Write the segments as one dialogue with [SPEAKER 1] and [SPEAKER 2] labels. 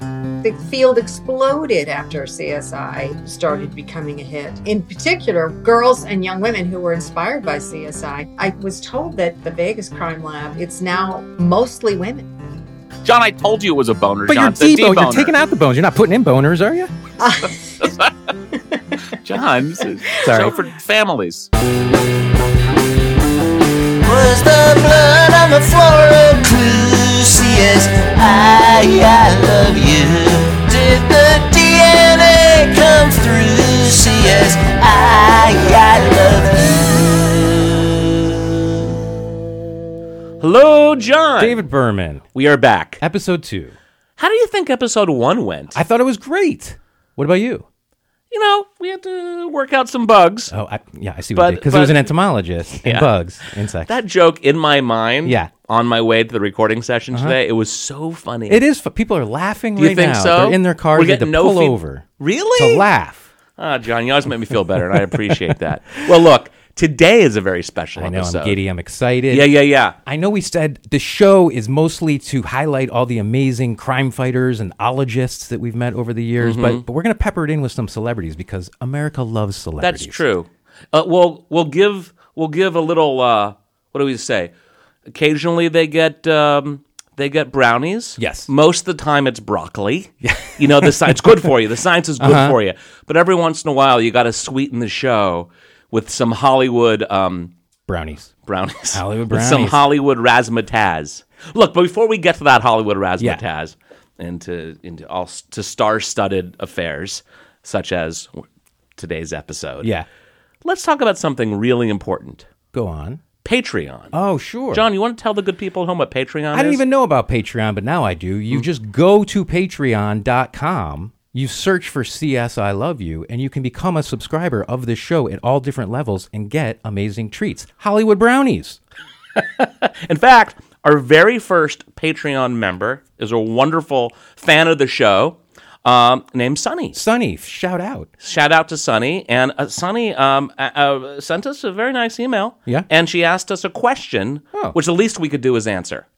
[SPEAKER 1] the field exploded after CSI started becoming a hit. In particular, girls and young women who were inspired by CSI. I was told that the Vegas crime lab, it's now mostly women.
[SPEAKER 2] John, I told you it was a boner.
[SPEAKER 3] But
[SPEAKER 2] John,
[SPEAKER 3] you're
[SPEAKER 2] it's a
[SPEAKER 3] debo-
[SPEAKER 2] deboner.
[SPEAKER 3] You're taking out the bones. You're not putting in boners, are you?
[SPEAKER 2] John, this is a
[SPEAKER 3] Sorry.
[SPEAKER 2] show for families.
[SPEAKER 4] Was the blood on the floor of Clusius? I, I love you. Did the DNA come through? CS, I, I love you.
[SPEAKER 2] Hello, John.
[SPEAKER 3] David Berman,
[SPEAKER 2] We are back.
[SPEAKER 3] episode two.
[SPEAKER 2] How do you think episode one went?
[SPEAKER 3] I thought it was great. What about you?
[SPEAKER 2] you know, we had to work out some bugs.
[SPEAKER 3] Oh, I, yeah, I see
[SPEAKER 2] But-
[SPEAKER 3] what because it
[SPEAKER 2] but-
[SPEAKER 3] was an entomologist and
[SPEAKER 2] Yeah.
[SPEAKER 3] bugs, insects.
[SPEAKER 2] That joke in my mind
[SPEAKER 3] Yeah. Uh-huh.
[SPEAKER 2] on my way to the recording session today, it was so funny.
[SPEAKER 3] it is. fu- People are laughing
[SPEAKER 2] You
[SPEAKER 3] right
[SPEAKER 2] think
[SPEAKER 3] now.
[SPEAKER 2] so?
[SPEAKER 3] They're in their cars.
[SPEAKER 2] We're
[SPEAKER 3] they had to
[SPEAKER 2] getting no
[SPEAKER 3] pull
[SPEAKER 2] feed-
[SPEAKER 3] over
[SPEAKER 2] Really?
[SPEAKER 3] to laugh.
[SPEAKER 2] Ah, John, you always make me feel better, and I appreciate that. Well, look, today is a very special
[SPEAKER 3] I know.
[SPEAKER 2] episode.
[SPEAKER 3] I'm giddy. I'm excited.
[SPEAKER 2] Yeah, yeah, yeah.
[SPEAKER 3] I know we said the show is mostly to highlight all the amazing crime fighters and ologists that we've met over the years, but, but we're going to pepper it in with some celebrities because America loves
[SPEAKER 2] Mm-hmm. That's
[SPEAKER 3] celebrities.
[SPEAKER 2] true. Uh, we'll we'll give we'll give a little. Uh, what do we say? Occasionally they get um, they get brownies.
[SPEAKER 3] Yes.
[SPEAKER 2] Most of the time it's broccoli. you know the science good for you. The science is good
[SPEAKER 3] Uh-huh.
[SPEAKER 2] for you. But every once in a while you got to sweeten the show with some Hollywood um,
[SPEAKER 3] Brownies.
[SPEAKER 2] brownies.
[SPEAKER 3] Hollywood
[SPEAKER 2] With some
[SPEAKER 3] brownies.
[SPEAKER 2] Hollywood razzmatazz. Look, but before we get to that Hollywood razzmatazz and to into all s- to star-studded affairs such as today's episode.
[SPEAKER 3] Yeah.
[SPEAKER 2] Let's talk about something really important.
[SPEAKER 3] Go on.
[SPEAKER 2] Patreon.
[SPEAKER 3] Oh, sure.
[SPEAKER 2] John, you want to tell the good people at home what Patreon is?
[SPEAKER 3] I didn't even know about Patreon, but now I do.
[SPEAKER 2] Mm.
[SPEAKER 3] You just go to patreon.com, you search for CS I Love You, and you can become a subscriber of this show at all different levels and get amazing treats. Hollywood brownies.
[SPEAKER 2] In fact, our very first Patreon member is a wonderful fan of the show um, named Sunny.
[SPEAKER 3] Sunny, shout out.
[SPEAKER 2] Shout out to Sunny. And uh, Sunny um, uh, uh, sent us a very nice email.
[SPEAKER 3] Yeah.
[SPEAKER 2] And she asked us a question,
[SPEAKER 3] Oh.
[SPEAKER 2] which the least we could do is answer.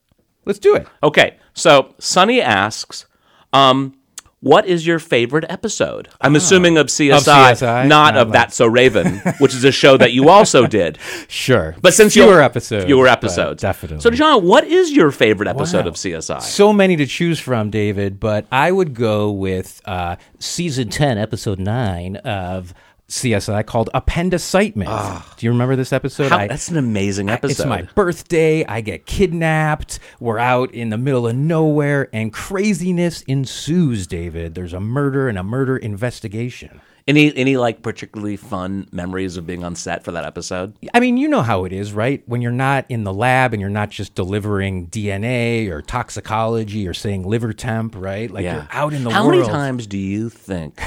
[SPEAKER 3] Let's do it.
[SPEAKER 2] Okay, so Sunny asks, um, what is your favorite episode? I'm
[SPEAKER 3] Oh.
[SPEAKER 2] assuming of CSI,
[SPEAKER 3] CSI,
[SPEAKER 2] not
[SPEAKER 3] not
[SPEAKER 2] of
[SPEAKER 3] like-
[SPEAKER 2] That's So Raven, which is a show that you also did.
[SPEAKER 3] Sure.
[SPEAKER 2] But since you
[SPEAKER 3] fewer
[SPEAKER 2] were
[SPEAKER 3] episodes.
[SPEAKER 2] fewer
[SPEAKER 3] but
[SPEAKER 2] episodes,
[SPEAKER 3] Definitely.
[SPEAKER 2] So, John, what is your favorite episode
[SPEAKER 3] Wow.
[SPEAKER 2] of CSI?
[SPEAKER 3] so many to choose from, David, but I would go with uh, season 10, episode 9 of CSI called Appendicitis. Do you remember this episode?
[SPEAKER 2] Ah. How-
[SPEAKER 3] I-
[SPEAKER 2] that's an amazing episode.
[SPEAKER 3] It's my birthday. I get kidnapped. We're out in the middle of nowhere, and craziness ensues, David. There's a murder and a murder investigation.
[SPEAKER 2] any any like particularly fun memories of being on set for that episode?
[SPEAKER 3] I mean, you know how it is, right? When you're not in the lab and you're not just delivering DNA or toxicology or saying liver temp, right? Like you're out in the
[SPEAKER 2] How
[SPEAKER 3] world.
[SPEAKER 2] many times do you think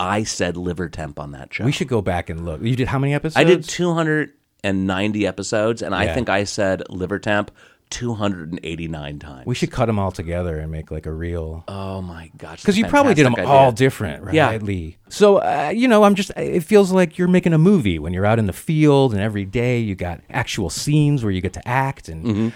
[SPEAKER 2] I said liver temp on that show?
[SPEAKER 3] We should go back and look. You did how many episodes?
[SPEAKER 2] I did 290 episodes, and I
[SPEAKER 3] Yeah.
[SPEAKER 2] think I said liver temp 289 times.
[SPEAKER 3] We should cut them all together and make like a real.
[SPEAKER 2] Oh my gosh!
[SPEAKER 3] Because you probably did them all different, right?
[SPEAKER 2] Yeah.
[SPEAKER 3] Lee? So, uh, you know, I'm just, it feels like you're making a movie when you're out in the field and every day you got actual scenes where you get to act. And
[SPEAKER 2] Mm-hmm.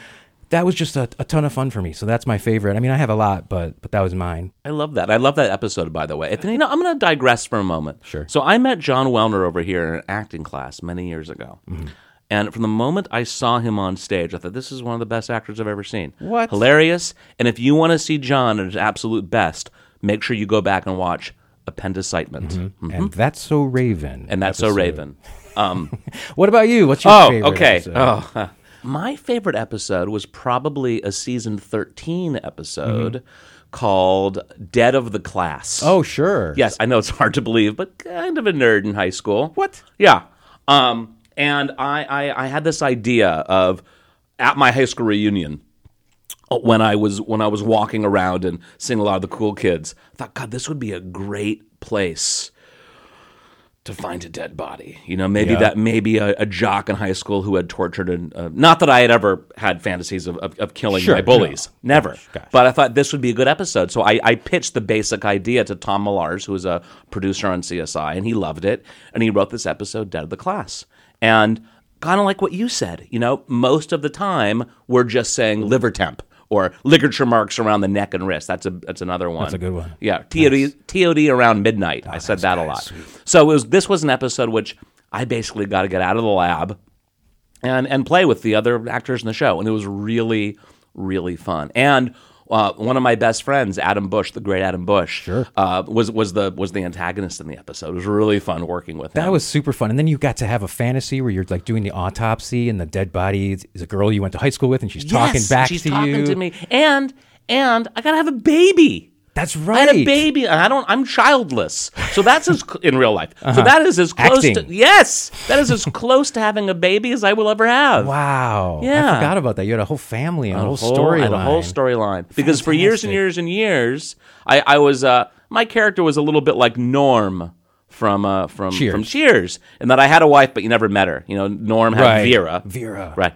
[SPEAKER 3] that was just a, a ton of fun for me. So that's my favorite. I mean, I have a lot, but but that was mine.
[SPEAKER 2] I love that. I love that episode, by the way. If, you know, I'm going to digress for a moment.
[SPEAKER 3] Sure.
[SPEAKER 2] So I met John Wellner over here in an acting class many years ago.
[SPEAKER 3] Mm-hmm.
[SPEAKER 2] And from the moment I saw him on stage, I thought, this is one of the best actors I've ever seen.
[SPEAKER 3] What?
[SPEAKER 2] Hilarious. And if you want to see John at his absolute best, make sure you go back and watch Appendicitement.
[SPEAKER 3] And that's so Raven.
[SPEAKER 2] Mm-hmm. And that's so
[SPEAKER 3] Mm-hmm. episode.
[SPEAKER 2] Raven. Um,
[SPEAKER 3] What about you? What's your
[SPEAKER 2] oh,
[SPEAKER 3] favorite?
[SPEAKER 2] okay.
[SPEAKER 3] episode?
[SPEAKER 2] Oh, huh. my favorite episode was probably a season 13 episode
[SPEAKER 3] Mm-hmm.
[SPEAKER 2] called Dead of the Class.
[SPEAKER 3] Oh, sure.
[SPEAKER 2] Yes, I know it's hard to believe, but kind of a nerd in high school.
[SPEAKER 3] What?
[SPEAKER 2] Yeah. Um, and I, I, I had this idea of at my high school reunion uh, when I was when I was walking around and seeing a lot of the cool kids. I thought, God, this would be a great place to find a dead body. You know, maybe that maybe a, a jock in high school who had tortured and uh, not that I had ever had fantasies of, of, of killing
[SPEAKER 3] Sure,
[SPEAKER 2] my bullies, never. But I thought this would be a good episode, so I, I pitched the basic idea to Tom Millars, who is a producer on CSI, and he loved it, and he wrote this episode, Dead of the Class, and kind of like what you said, you know, most of the time we're just saying liver temp. or ligature marks around the neck and wrist. That's a that's another one.
[SPEAKER 3] That's a good one. Oh,
[SPEAKER 2] Yeah, TOD TOD around midnight. I said that a lot. So it was this was an episode which I basically got to get out of the lab and and play with the other actors in the show, and it was really really fun. And uh, one of my best friends, Adam Bush, the great Adam Bush, sure. uh, was was the was the antagonist in the episode. It was really fun working with him.
[SPEAKER 3] That was super fun. And then you got to have a fantasy where you're like doing the autopsy and the dead body is- is a girl you went to high school with and she's talking
[SPEAKER 2] Yes,
[SPEAKER 3] back
[SPEAKER 2] she's
[SPEAKER 3] to
[SPEAKER 2] talking
[SPEAKER 3] you.
[SPEAKER 2] to me, and and I gotta have a baby.
[SPEAKER 3] That's
[SPEAKER 2] I had a
[SPEAKER 3] right.
[SPEAKER 2] baby, and I don't. I'm childless, so that's as cl- in real life. So that is as close
[SPEAKER 3] Uh-huh.
[SPEAKER 2] to
[SPEAKER 3] Acting.
[SPEAKER 2] yes, that is as close to having a baby as I will ever have.
[SPEAKER 3] Wow. I
[SPEAKER 2] Yeah.
[SPEAKER 3] forgot about that. You had a whole family and a whole,
[SPEAKER 2] I had
[SPEAKER 3] storyline.
[SPEAKER 2] a whole storyline. Because for years and
[SPEAKER 3] Fantastic.
[SPEAKER 2] years and years, I, I was uh, my character was a little bit like Norm from uh, from
[SPEAKER 3] Cheers.
[SPEAKER 2] from Cheers, in that I had a wife, but you never met her. You know, Norm had
[SPEAKER 3] Right.
[SPEAKER 2] Vera.
[SPEAKER 3] Vera.
[SPEAKER 2] Right.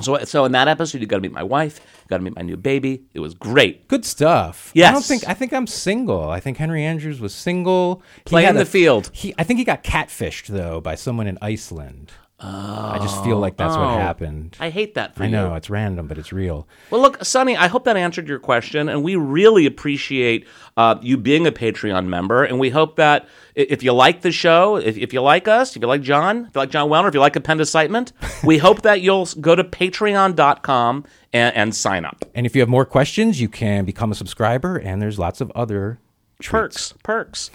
[SPEAKER 2] So so in that episode, you got to meet my wife, you got to meet my new baby. It was great.
[SPEAKER 3] Good stuff. I don't
[SPEAKER 2] Yes.
[SPEAKER 3] think I think I'm single. I think Henry Andrews was single. He
[SPEAKER 2] Play in
[SPEAKER 3] had
[SPEAKER 2] the field.
[SPEAKER 3] He, I think he got catfished though by someone in Iceland. I just feel like that's what
[SPEAKER 2] Oh.
[SPEAKER 3] happened.
[SPEAKER 2] I hate that for
[SPEAKER 3] I
[SPEAKER 2] you.
[SPEAKER 3] know it's random, but it's real.
[SPEAKER 2] Well, look, Sonny, I hope that answered your question, and we really appreciate uh, you being a Patreon member, and we hope that i- if you like the show, if, if you like us, if you like John, if you like John Wellner, if you like Appendicitement, we hope that you'll s- go to patreon.com and, and sign up.
[SPEAKER 3] And if you have more questions, you can become a subscriber. And there's lots of other
[SPEAKER 2] Perks, perks.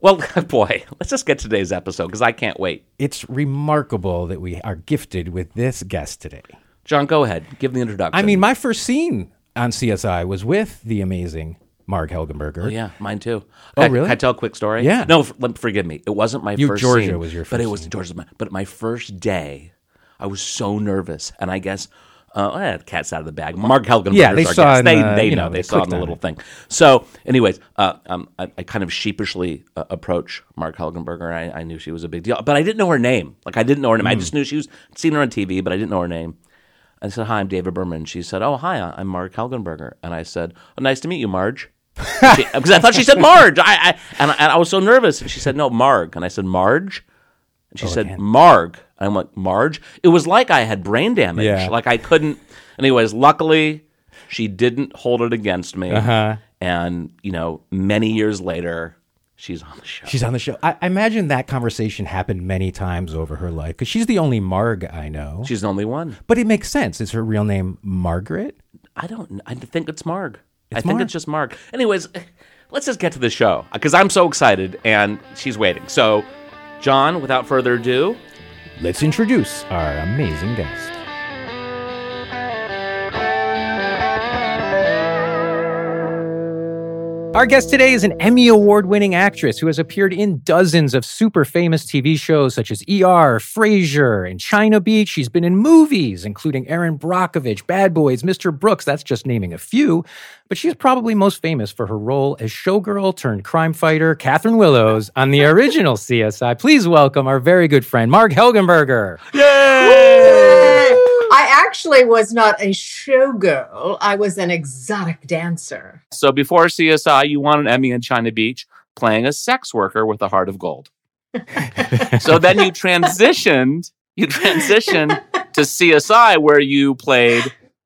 [SPEAKER 2] Well, boy, let's just get today's episode because I can't wait.
[SPEAKER 3] It's remarkable that we are gifted with this guest today.
[SPEAKER 2] John, go ahead. Give the introduction.
[SPEAKER 3] I mean, my first scene on CSI was with the amazing Marg Helgenberger.
[SPEAKER 2] Oh, Yeah, mine too.
[SPEAKER 3] Oh,
[SPEAKER 2] I,
[SPEAKER 3] really?
[SPEAKER 2] Can I tell a quick story?
[SPEAKER 3] Yeah.
[SPEAKER 2] No, f- let- forgive me. It wasn't my
[SPEAKER 3] You-
[SPEAKER 2] first.
[SPEAKER 3] Georgia
[SPEAKER 2] scene,
[SPEAKER 3] was your
[SPEAKER 2] but it
[SPEAKER 3] first
[SPEAKER 2] was Georgia. was my- But my first day, I was so nervous, and I guess. Uh, I had cats out of the bag. Mark Helgenberg.
[SPEAKER 3] Yeah, they saw in
[SPEAKER 2] They,
[SPEAKER 3] the-
[SPEAKER 2] they
[SPEAKER 3] you
[SPEAKER 2] know.
[SPEAKER 3] know,
[SPEAKER 2] They,
[SPEAKER 3] they
[SPEAKER 2] saw in
[SPEAKER 3] clicked
[SPEAKER 2] the
[SPEAKER 3] on
[SPEAKER 2] little thing. So, anyways, uh, um, I, I kind of sheepishly uh, approach Mark Helgenberger. I, I knew she was a big deal, but I didn't know her name. Like I didn't know her
[SPEAKER 3] Hmm.
[SPEAKER 2] name. I just knew she was seen her on TV, but I didn't know her name. I said, "Hi, I'm David Berman." She said, "Oh, hi, I'm Mark Helgenberger." And I said, oh, "Nice to meet you, Marge," She- because I thought she said Marge. I, I and, I and I was so nervous. And she said, "No, Marg." And I said, "Marge," and
[SPEAKER 3] Oh,
[SPEAKER 2] she said, "Marg." And I went, "Marge." It was like I had brain damage.
[SPEAKER 3] Yeah.
[SPEAKER 2] Like I couldn't. Anyways, luckily, she didn't hold it against me.
[SPEAKER 3] Uh-huh.
[SPEAKER 2] And you know, many years later, she's on the show.
[SPEAKER 3] She's on the show. I, I imagine that conversation happened many times over her life because she's the only Marg I know.
[SPEAKER 2] She's the only one.
[SPEAKER 3] but it makes sense. Is her real name Margaret?
[SPEAKER 2] I don't. kn- I think it's Marg. I
[SPEAKER 3] It's
[SPEAKER 2] think
[SPEAKER 3] Marg.
[SPEAKER 2] it's just Marg. Anyways, let's just get to the show because I'm so excited and she's waiting. So, John, without further ado,
[SPEAKER 3] Let's introduce our amazing guest. Our guest today is an Emmy Award winning actress who has appeared in dozens of super famous TV shows such as ER, Frasier, and China Beach. She's been in movies, including Aaron Brockovich, Bad Boys, Mr. Brooks, that's just naming a few. But she is probably most famous for her role as showgirl turned crime fighter Catherine Willows on the original CSI. Please welcome our very good friend, Mark Helgenberger.
[SPEAKER 1] I actually was not a showgirl. I was an exotic dancer.
[SPEAKER 2] so before CSI, you won an Emmy in China Beach playing a sex worker with a heart of gold. so then you transitioned. You transitioned to CSI where you played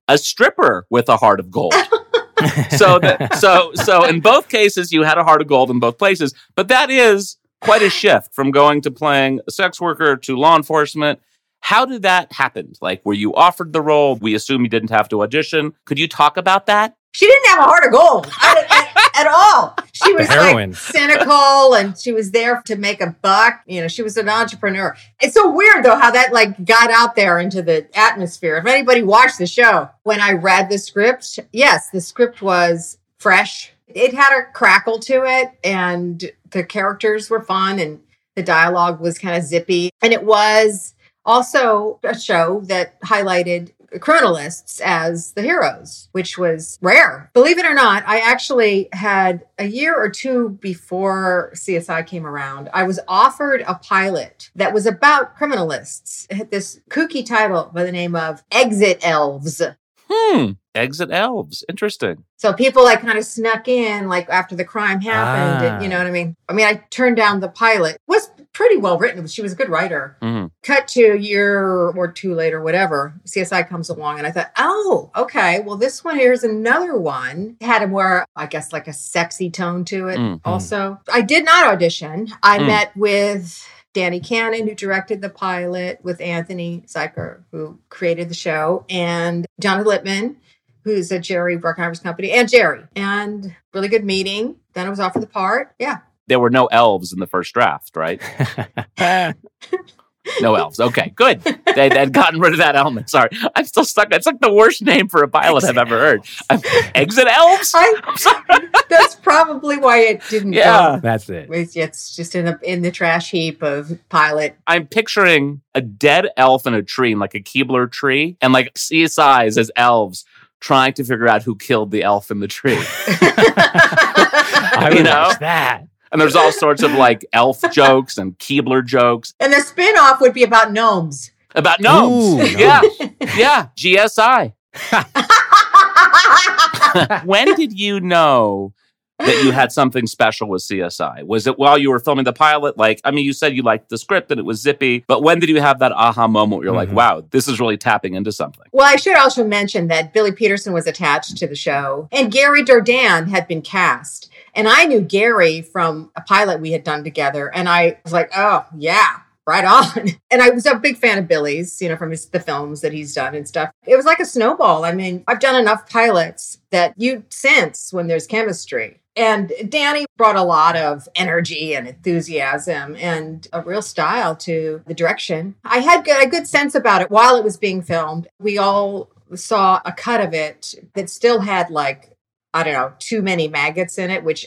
[SPEAKER 2] a stripper with a heart of gold. so that so so in both cases you had a heart of gold in both places but that is quite a shift from going to playing a sex worker to law enforcement how did that happen like were you offered the role we assume you didn't have to audition could you talk about that
[SPEAKER 1] She didn't have a heart of gold I didn't- at, at all. She was
[SPEAKER 3] heroine.
[SPEAKER 1] like cynical and she was there to make a buck. You know, she was an entrepreneur. It's so weird though how that like got out there into the atmosphere. If anybody watched the show, when I read the script, yes, the script was fresh. It had a crackle to it and the characters were fun and the dialogue was kind of zippy. And it was also a show that highlighted criminalists as the heroes, which was rare. Believe it or not, I actually had a year or two before CSI came around, I was offered a pilot that was about criminalists. It had this kooky title by the name of Exit Elves.
[SPEAKER 2] hmm, exit elves. Interesting.
[SPEAKER 1] So people like kind of snuck in like after the crime happened.
[SPEAKER 3] Ah.
[SPEAKER 1] and- you know what I mean? I mean, I turned down the pilot. It was pretty well written. She was a good writer.
[SPEAKER 2] Mhm.
[SPEAKER 1] Cut to a year or two later, whatever. CSI comes along, and I thought, oh, okay. Well, this one here's another one had a more, I guess, like a sexy tone to it.
[SPEAKER 2] Mm.
[SPEAKER 1] Also, I did not audition. I
[SPEAKER 2] Mm.
[SPEAKER 1] met with. Danny Cannon, who directed the pilot, with Anthony Zeiker, who created the show, and Jonathan Littman, who's at Jerry Bruckheimer's company, and Jerry. And really good meeting. Then I was offered the part. Yeah.
[SPEAKER 2] There were no elves in the first draft, right? No elves. Okay, good. They had gotten rid of that element. Sorry, I'm still stuck. It's like the worst name for a pilot I've ever heard. I'm, exit elves.
[SPEAKER 1] I, that's probably why it didn't
[SPEAKER 2] Yeah.
[SPEAKER 1] go.
[SPEAKER 3] That's it.
[SPEAKER 1] It's, it's just in the in the trash heap of pilot.
[SPEAKER 2] I'm picturing a dead elf in a tree, like a Keebler tree, and like CSIs as elves trying to figure out who killed the elf in the tree.
[SPEAKER 3] I
[SPEAKER 2] You
[SPEAKER 3] would
[SPEAKER 2] know?
[SPEAKER 3] watch that.
[SPEAKER 2] And there's all sorts of like elf jokes and Keebler jokes
[SPEAKER 1] and the spin-off would be about gnomes.
[SPEAKER 2] about gnomes.
[SPEAKER 3] Ooh,
[SPEAKER 2] Yeah, yeah, GSI. when did you know that you had something special with CSI? Was it while you were filming the pilot? Like, I mean, you said you liked the script and it was zippy, but when did you have that aha moment where you're
[SPEAKER 3] Mhm.
[SPEAKER 2] like, wow, this is really tapping into something?
[SPEAKER 1] Well, I should also mention that Billy Peterson was attached to the show, and Gary Dardan had been cast. And I knew Gary from a pilot we had done together, and I was like, "Oh yeah, right on." And I was a big fan of Billy's, you know, from his, the films that he's done and stuff. It was like a snowball. I mean, I've done enough pilots that you sense when there's chemistry. And Danny brought a lot of energy and enthusiasm and a real style to the direction. I had good, a good sense about it while it was being filmed. We all saw a cut of it that still had like, I don't know, too many maggots in it, which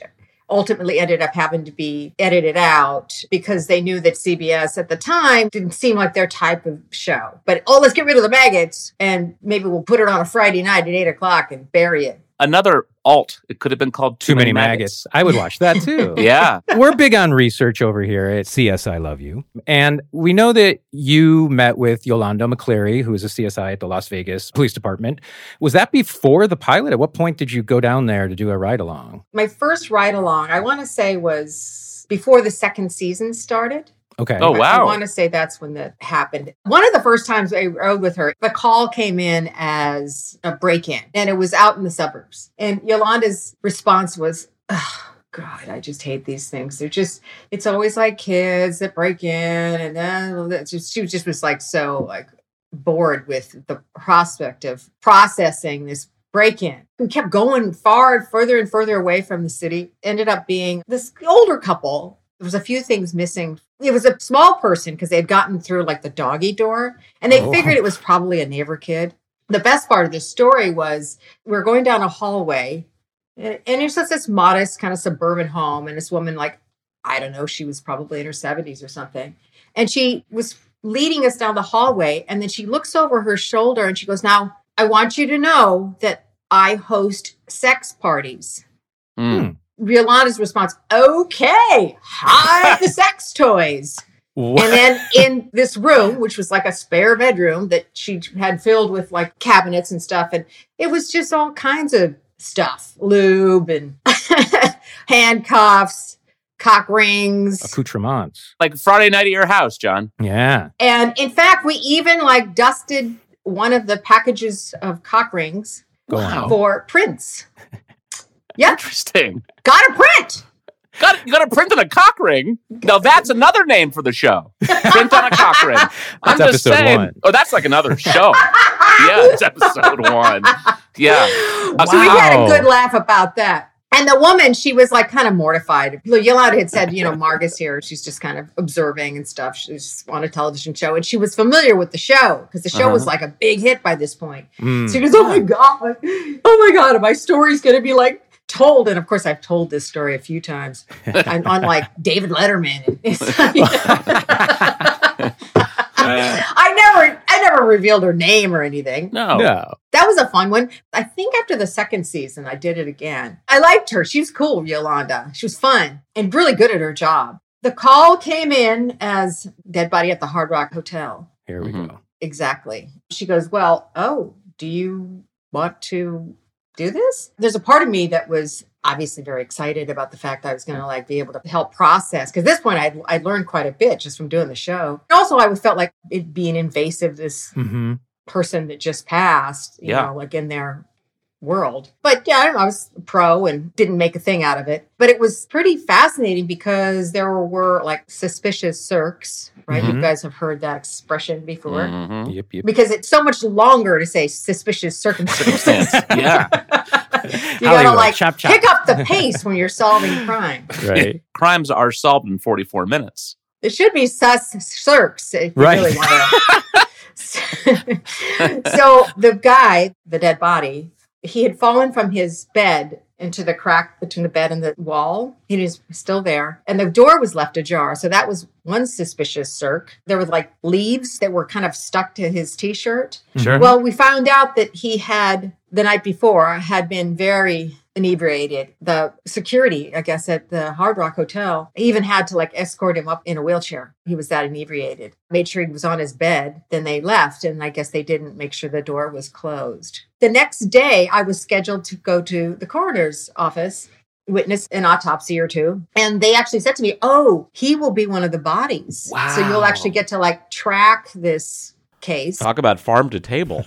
[SPEAKER 1] ultimately ended up having to be edited out because they knew that CBS at the time didn't seem like their type of show. But oh, let's get rid of the maggots and maybe we'll put it on a Friday night at eight o'clock and bury it.
[SPEAKER 2] Another alt, it could have been called
[SPEAKER 3] Too many maggots. I would watch that too.
[SPEAKER 2] Yeah.
[SPEAKER 3] We're big on research over here at CSI Love You. And we know that you met with Yolanda McCleary, who is a CSI at the Las Vegas Police Department. Was that before the pilot? At what point did you go down there to do a ride along?
[SPEAKER 1] my first ride along, I want to say was before the second season started.
[SPEAKER 3] Okay.
[SPEAKER 2] Oh,
[SPEAKER 1] I- I
[SPEAKER 2] wow.
[SPEAKER 1] want to say that's when that happened. One of the first times I rode with her, the call came in as a break in, and it was out in the suburbs. And Yolanda's response was, oh, God, I just hate these things. They're just, it's always like kids that break in. And then that's just, she just was like so like bored with the prospect of processing this break in. We kept going far and further and further away from the city. Ended up being this older couple. There was a few things missing. It was a small person because they had gotten through like the doggy door and they
[SPEAKER 3] Oh.
[SPEAKER 1] figured it was probably a neighbor kid. The best part of the story was we we're going down a hallway and and it's just this modest kind of suburban home and this woman like I don't know, she was probably in her 70s or something. And she was leading us down the hallway. And then she looks over her shoulder and she goes, Now, I want you to know that I host sex parties.
[SPEAKER 2] Mm.
[SPEAKER 1] Yolanda's response, Okay, hide the sex toys. And
[SPEAKER 3] What?
[SPEAKER 1] then in this room, which was like a spare bedroom that she had filled with like cabinets and stuff, and it was just all kinds of stuff lube and handcuffs, cock rings.
[SPEAKER 3] Accoutrements.
[SPEAKER 2] Like Friday night at your house, John.
[SPEAKER 3] Yeah.
[SPEAKER 1] And in fact, we even like dusted one of the packages of cock rings
[SPEAKER 3] Go
[SPEAKER 2] Oh.
[SPEAKER 3] on.
[SPEAKER 1] for prints. Yeah,
[SPEAKER 2] Interesting.
[SPEAKER 1] got a print.
[SPEAKER 2] Got, you got to print on a cock ring. Now, that's another name for the show. Print on a cock ring. I'm
[SPEAKER 3] That's
[SPEAKER 2] just
[SPEAKER 3] episode
[SPEAKER 2] saying.
[SPEAKER 3] one.
[SPEAKER 2] Oh, that's like another show. yeah, it's episode one. Yeah.
[SPEAKER 1] So we had
[SPEAKER 3] Wow.
[SPEAKER 1] a good laugh about that. And the woman, she was like kind of mortified. Yolanda had said, you know, Marga's here. She's just kind of observing and stuff. She's on a television show. And she was familiar with the show because the show was
[SPEAKER 2] Uh-huh.
[SPEAKER 1] like a big hit by this point.
[SPEAKER 3] Mm.
[SPEAKER 1] So she goes, oh my God. Oh my God. My story's going to be like told. And of course, I've told this story a few times. I'm on like David Letterman. It's like- I never, I never revealed her name or anything
[SPEAKER 2] No.
[SPEAKER 3] No.
[SPEAKER 1] that was a fun one. I think after the second season, I did it again. I liked her. She was cool, Yolanda. She was fun and really good at her job. The call came in as dead body at the Hard Rock Hotel.
[SPEAKER 3] Here we
[SPEAKER 2] Mhm.
[SPEAKER 3] go.
[SPEAKER 1] Exactly. She goes, Well, oh, do you want to do this? There's a part of me that was obviously very excited about the fact that I was going to like be able to help process because at this point I'd, I'd learned quite a bit just from doing the show. And also, I felt like it'd be an invasive this
[SPEAKER 3] Mm-hmm.
[SPEAKER 1] person that just passed, you
[SPEAKER 2] Yeah.
[SPEAKER 1] know, like in their world. But yeah, I, don't know, I was pro and didn't make a thing out of it. But it was pretty fascinating because there were like suspicious circs, right? You
[SPEAKER 3] Mhm.
[SPEAKER 1] guys have heard that expression before.
[SPEAKER 2] Mhm.
[SPEAKER 3] Yep, yep.
[SPEAKER 1] Because it's so much longer to say suspicious circumstances. you
[SPEAKER 2] yeah,
[SPEAKER 1] gotta
[SPEAKER 3] Hollywood,
[SPEAKER 1] like
[SPEAKER 3] chop, chop.
[SPEAKER 1] pick up the pace when you're solving crime.
[SPEAKER 3] Right.
[SPEAKER 2] crimes are solved in 44 minutes.
[SPEAKER 1] It should be sus circs. If you
[SPEAKER 3] Right.
[SPEAKER 1] Really want to. so the guy, the dead body, he had fallen from his bed into the crack between the bed and the wall. He was still there, and the door was left ajar. So that was one suspicious circ. There were like leaves that were kind of stuck to his t-shirt.
[SPEAKER 2] Sure.
[SPEAKER 1] Well, we found out that he had the night before had been very inebriated. The security, I guess, at the Hard Rock Hotel even had to like escort him up in a wheelchair. He was that inebriated. Made sure he was on his bed. Then they left, and I guess they didn't make sure the door was closed. The next day, I was scheduled to go to the coroner's office. Witness an autopsy or two. And they actually said to me, Oh, he will be one of the bodies. So
[SPEAKER 2] Wow.
[SPEAKER 1] you'll actually get to like track this case.
[SPEAKER 2] Talk about farm to table.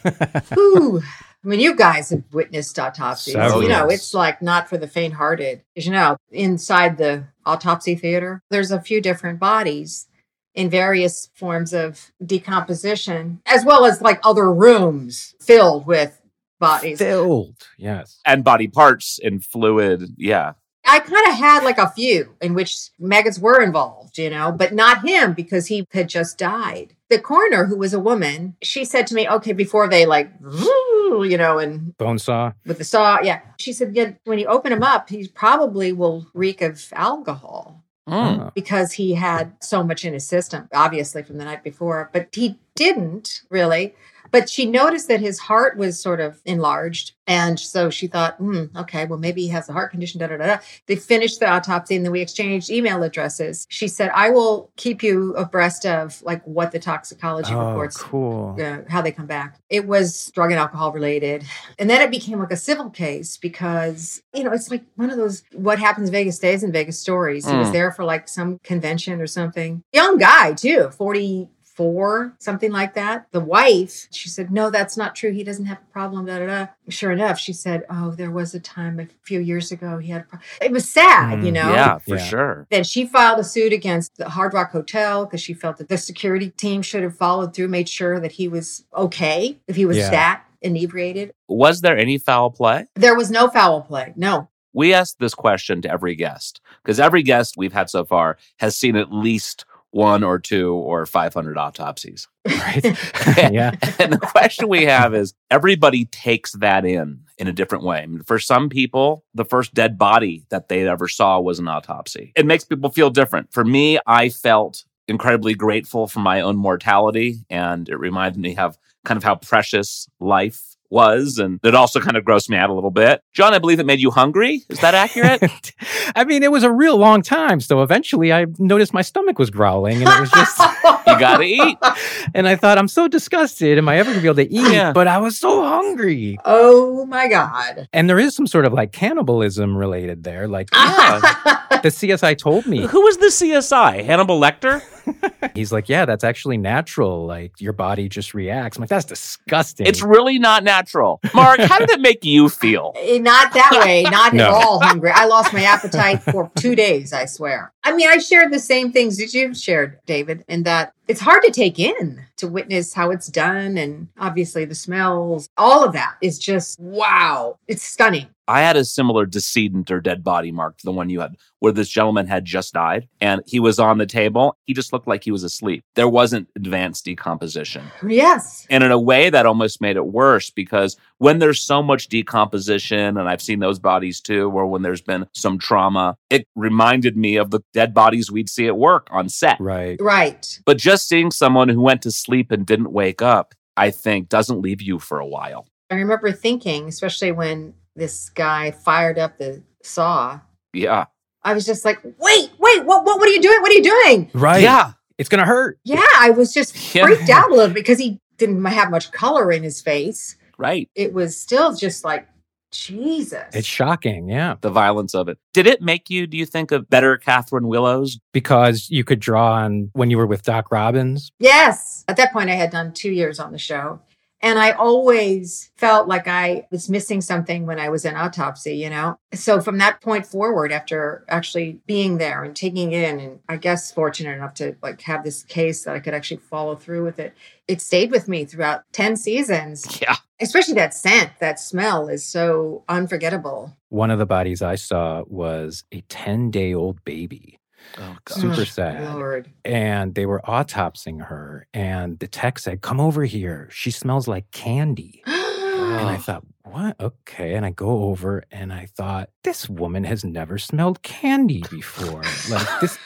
[SPEAKER 1] Ooh. I mean, you guys have witnessed autopsies.
[SPEAKER 3] Several.
[SPEAKER 1] You know, it's like not for the faint hearted. As you know, inside the autopsy theater, there's a few different bodies in various forms of decomposition, as well as like other rooms filled with bodies.
[SPEAKER 3] Filled. Yes.
[SPEAKER 2] and body parts and fluid. Yeah.
[SPEAKER 1] I kind of had like a few in which maggots were involved, you know, but not him because he had just died. The coroner, who was a woman, she said to me, okay, before they like, you know, and
[SPEAKER 3] Bone saw.
[SPEAKER 1] with the saw. Yeah. She said, yeah, when you open him up, he probably will reek of alcohol
[SPEAKER 3] Oh,
[SPEAKER 2] Mm.
[SPEAKER 1] because he had so much in his system, obviously from the night before, but he didn't really. But she noticed that his heart was sort of enlarged. And so she thought, hmm, okay, well, maybe he has a heart condition, da da da da. They finished the autopsy and then we exchanged email addresses. She said, I will keep you abreast of like what the toxicology
[SPEAKER 3] Oh,
[SPEAKER 1] reports
[SPEAKER 3] cool.
[SPEAKER 1] uh, how they come back. It was drug and alcohol related. And then it became like a civil case because, you know, it's like one of those what happens in Vegas stays in Vegas stories. He was
[SPEAKER 2] Mm.
[SPEAKER 1] there for like some convention or something. Young guy, too, 44, something like that. The wife, she said, No, that's not true. He doesn't have a problem. Da, da, da. Sure enough, she said, Oh, there was a time a few years ago he had a problem. It was sad,
[SPEAKER 3] Mm,
[SPEAKER 1] you know?
[SPEAKER 2] Yeah, for
[SPEAKER 3] Yeah.
[SPEAKER 2] sure.
[SPEAKER 1] Then she filed a suit against the Hard Rock Hotel because she felt that the security team should have followed through, made sure that he was okay, if he was
[SPEAKER 3] Yeah.
[SPEAKER 1] that inebriated.
[SPEAKER 2] Was there any foul play?
[SPEAKER 1] There was no foul play. No.
[SPEAKER 2] We asked this question to every guest because every guest we've had so far has seen at least one or two or 500 autopsies.
[SPEAKER 3] Right. yeah.
[SPEAKER 2] and the question we have is everybody takes that in in a different way. I mean, for some people, the first dead body that they ever saw was an autopsy. It makes people feel different. For me, I felt incredibly grateful for my own mortality and it reminded me of kind of how precious life was and it also kind of grossed me out a little bit. John, I believe it made you hungry. Is that accurate?
[SPEAKER 3] I mean, it was a real long time. So eventually I noticed my stomach was growling and it was just,
[SPEAKER 2] you got to eat.
[SPEAKER 3] and I thought, I'm so disgusted. Am I ever going to be able to eat?
[SPEAKER 2] Yeah.
[SPEAKER 3] But I was so hungry.
[SPEAKER 1] oh my God.
[SPEAKER 3] And there is some sort of like cannibalism related there. Like
[SPEAKER 1] Ah.
[SPEAKER 3] the CSI told me,
[SPEAKER 2] Who was the CSI? Hannibal Lecter?
[SPEAKER 3] he's like, yeah, that's actually natural. Like your body just reacts. I'm like, that's disgusting.
[SPEAKER 2] It's really not natural. Mark, how did it make you feel?
[SPEAKER 1] Eh, not that way. Not
[SPEAKER 3] No.
[SPEAKER 1] at all hungry. I lost my appetite for two days, I swear. I mean, I shared the same things that you've shared, David, in that it's hard to take in to witness how it's done and obviously the smells. All of that is just wow. It's stunning.
[SPEAKER 2] I had a similar decedent or dead body mark to the one you had, where this gentleman had just died and he was on the table. He just looked like he was asleep. There wasn't advanced decomposition.
[SPEAKER 1] Yes.
[SPEAKER 2] And in a way, that almost made it worse because when there's so much decomposition, and I've seen those bodies too, or when there's been some trauma, it reminded me of the dead bodies we'd see at work on set.
[SPEAKER 3] right.
[SPEAKER 1] Right.
[SPEAKER 2] But just seeing someone who went to sleep and didn't wake up, I think, doesn't leave you for a while.
[SPEAKER 1] I remember thinking, especially when this guy fired up the saw,
[SPEAKER 2] Yeah.
[SPEAKER 1] I was just like, wait, wait, what, what, what are you doing? What are you doing?
[SPEAKER 3] Right.
[SPEAKER 2] Yeah.
[SPEAKER 3] It's going to hurt.
[SPEAKER 1] Yeah, I was just
[SPEAKER 2] Yeah.
[SPEAKER 1] freaked out a little because he didn't have much color in his face.
[SPEAKER 2] Right.
[SPEAKER 1] It was still just like, Jesus.
[SPEAKER 3] It's shocking, yeah,
[SPEAKER 2] The violence of it. Did it make you, do you think, a better Catherine Willows?
[SPEAKER 3] because you could draw on when you were with Doc Robbins.
[SPEAKER 1] Yes. At that point, I had done two years on the show. And I always felt like I was missing something when I was in autopsy, you know? So from that point forward, after actually being there and taking in, and I guess fortunate enough to like have this case that I could actually follow through with it, it stayed with me throughout 10 seasons.
[SPEAKER 2] Yeah.
[SPEAKER 1] Especially that scent, that smell is so unforgettable.
[SPEAKER 3] One of the bodies I saw was a 10 day old baby,
[SPEAKER 2] Oh, God.
[SPEAKER 3] super
[SPEAKER 1] Ugh,
[SPEAKER 3] sad.
[SPEAKER 1] Lord.
[SPEAKER 3] And they were autopsying her, and the tech said, Come over here. She smells like candy. And I
[SPEAKER 2] Ugh.
[SPEAKER 3] thought, what? Okay. And I go over and I thought, this woman has never smelled candy before. Like this,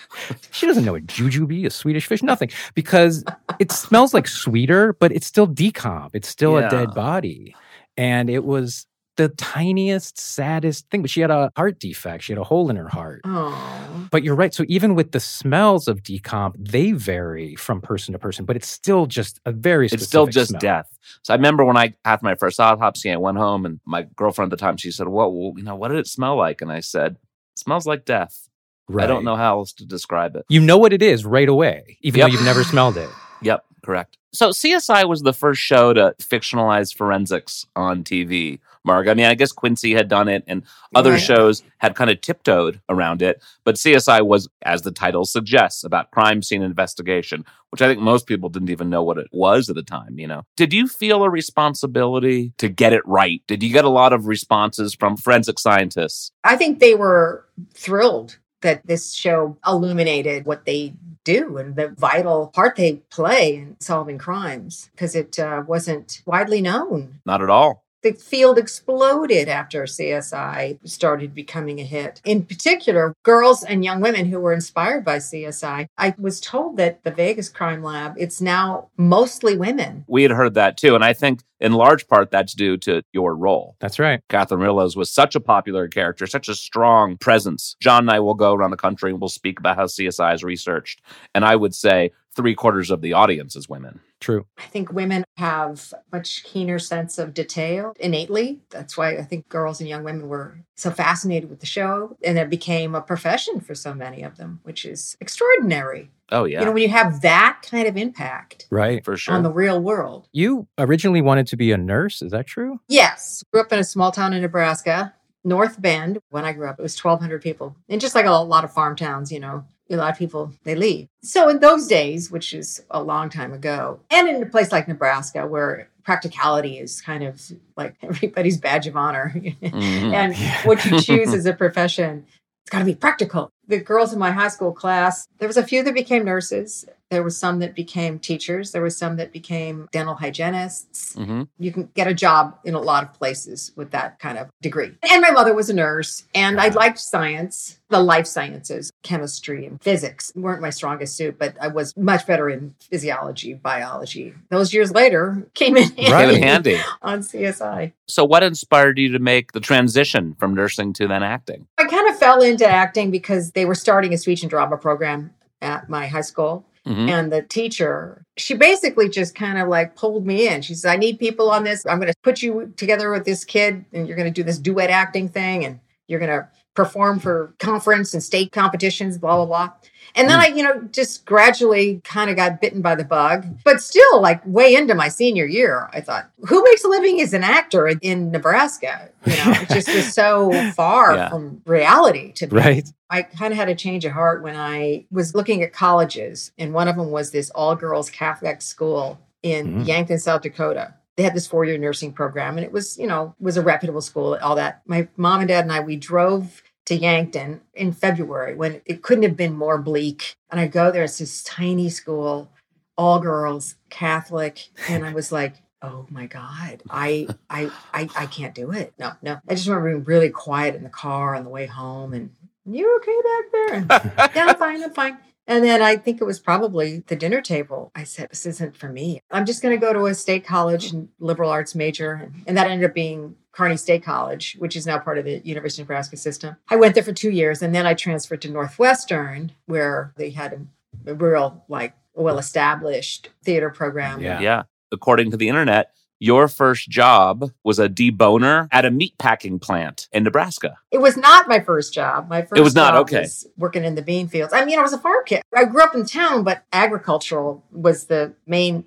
[SPEAKER 3] she doesn't know what jujube, a Swedish fish, nothing, because it smells like sweeter, but it's still decomp. It's still a
[SPEAKER 2] Yeah.
[SPEAKER 3] dead body. And it was the tiniest, saddest thing. But she had a heart defect. She had a hole in her heart.
[SPEAKER 1] Oh.
[SPEAKER 3] But you're right. So even with the smells of decomp, they vary from person to person, but it's still just a very specific
[SPEAKER 2] It's still just
[SPEAKER 3] smell.
[SPEAKER 2] death. So I remember when I had my first autopsy, I went home and my girlfriend at the time, she said, well, well, you know, what did it smell like? And I said, it smells like death. I
[SPEAKER 3] Right.
[SPEAKER 2] don't know how else to describe it.
[SPEAKER 3] You know what it is right away, even
[SPEAKER 2] Yep.
[SPEAKER 3] though you've never smelled it.
[SPEAKER 2] Yep, correct. So CSI was the first show to fictionalize forensics on TV, Marg. I mean, I guess Quincy had done it and other
[SPEAKER 1] Right.
[SPEAKER 2] shows had kind of tiptoed around it, but CSI was, as the title suggests, about crime scene investigation, which I think most people didn't even know what it was at the time, you know. Did you feel a responsibility to get it right? Did you get a lot of responses from forensic scientists?
[SPEAKER 1] I think they were thrilled that this show illuminated what they do and the vital part they play in solving crimes because it uh, wasn't widely known.
[SPEAKER 2] Not at all.
[SPEAKER 1] The field exploded after CSI started becoming a hit. In particular, girls and young women who were inspired by CSI. I was told that the Vegas Crime Lab, it's now mostly women.
[SPEAKER 2] We had heard that too, and I think in large part that's due to your role.
[SPEAKER 3] That's right.
[SPEAKER 2] Catherine Rillows was such a popular character, such a strong presence. John and I will go around the country and we'll speak about how CSI is researched. And I would say three quarters of the audience is women.
[SPEAKER 3] True.
[SPEAKER 1] I think women have much keener sense of detail innately. That's why I think girls and young women were so fascinated with the show, and it became a profession for so many of them, which is extraordinary.
[SPEAKER 2] Oh, yeah,
[SPEAKER 1] You know, when you have that kind of impact
[SPEAKER 3] Right.
[SPEAKER 2] for sure.
[SPEAKER 1] on the real world.
[SPEAKER 3] You originally wanted to be a nurse. Is that true?
[SPEAKER 1] Yes, grew up in a small town in Nebraska, North Bend. When I grew up, it was 1,200 people, and just like a lot of farm towns, you know. A lot of people they leave. So in those days, which is a long time ago, and in a place like Nebraska where practicality is kind of like everybody's badge of honor,
[SPEAKER 2] Mhm.
[SPEAKER 1] and what you choose as a profession, it's got to be practical. The girls in my high school class, there was a few that became nurses. There was some that became teachers. There was some that became dental hygienists
[SPEAKER 2] Mhm.
[SPEAKER 1] you can get a job in a lot of places with that kind of degree. And my mother was a nurse, and I liked science, the life sciences, chemistry and physics weren't my strongest suit, but I was much better in physiology, biology. Those years later came in
[SPEAKER 3] Right.
[SPEAKER 2] Came
[SPEAKER 1] handy
[SPEAKER 2] in handy.
[SPEAKER 1] on CSI.
[SPEAKER 2] So, what inspired you to make the transition from nursing to then acting?
[SPEAKER 1] I kind of fell into acting because they were starting a speech and drama program at my high school.
[SPEAKER 2] Mhm.
[SPEAKER 1] and the teacher she basically just kind of like pulled me in she says i need people on this i'm going to put you together with this kid and you're going to do this duet acting thing and you're going to perform for conference and state competitions blah blah blah and then i you know just gradually kind of got bitten by the bug but still like way into my senior year i thought who makes a living as an actor in, in nebraska you know it just was so far
[SPEAKER 2] Yeah.
[SPEAKER 1] from reality to me
[SPEAKER 3] Right.
[SPEAKER 1] I kind of had a change of heart when I was looking at colleges, and one of them was this all girls Catholic school in
[SPEAKER 3] Mm.
[SPEAKER 1] Yankton, South Dakota. They had this four year nursing program, and it was, you know, was a reputable school, all that. My mom and dad and I, we drove to Yankton in February when it couldn't have been more bleak. And I go there, it's this tiny school, all girls, Catholic. And I was like, oh my God, I, I, I, I can't do it. No, no. I just remember being really quiet in the car on the way home and you okay back there? And, yeah, I'm fine. I'm fine. And then I think it was probably the dinner table. I said, this isn't for me. I'm just going to go to a state college and liberal arts major. And that ended up being Kearney State College, which is now part of the University of Nebraska system. I went there for two years and then I transferred to Northwestern, where they had a real, like, well established theater program.
[SPEAKER 3] Yeah.
[SPEAKER 2] yeah. According to the internet, Your first job was a deboner at a meatpacking plant in Nebraska.
[SPEAKER 1] It was not my first job. My first
[SPEAKER 2] was not,
[SPEAKER 1] job
[SPEAKER 2] okay.
[SPEAKER 1] was working in the bean fields. I mean, I was a farm kid. I grew up in town, but agricultural was the main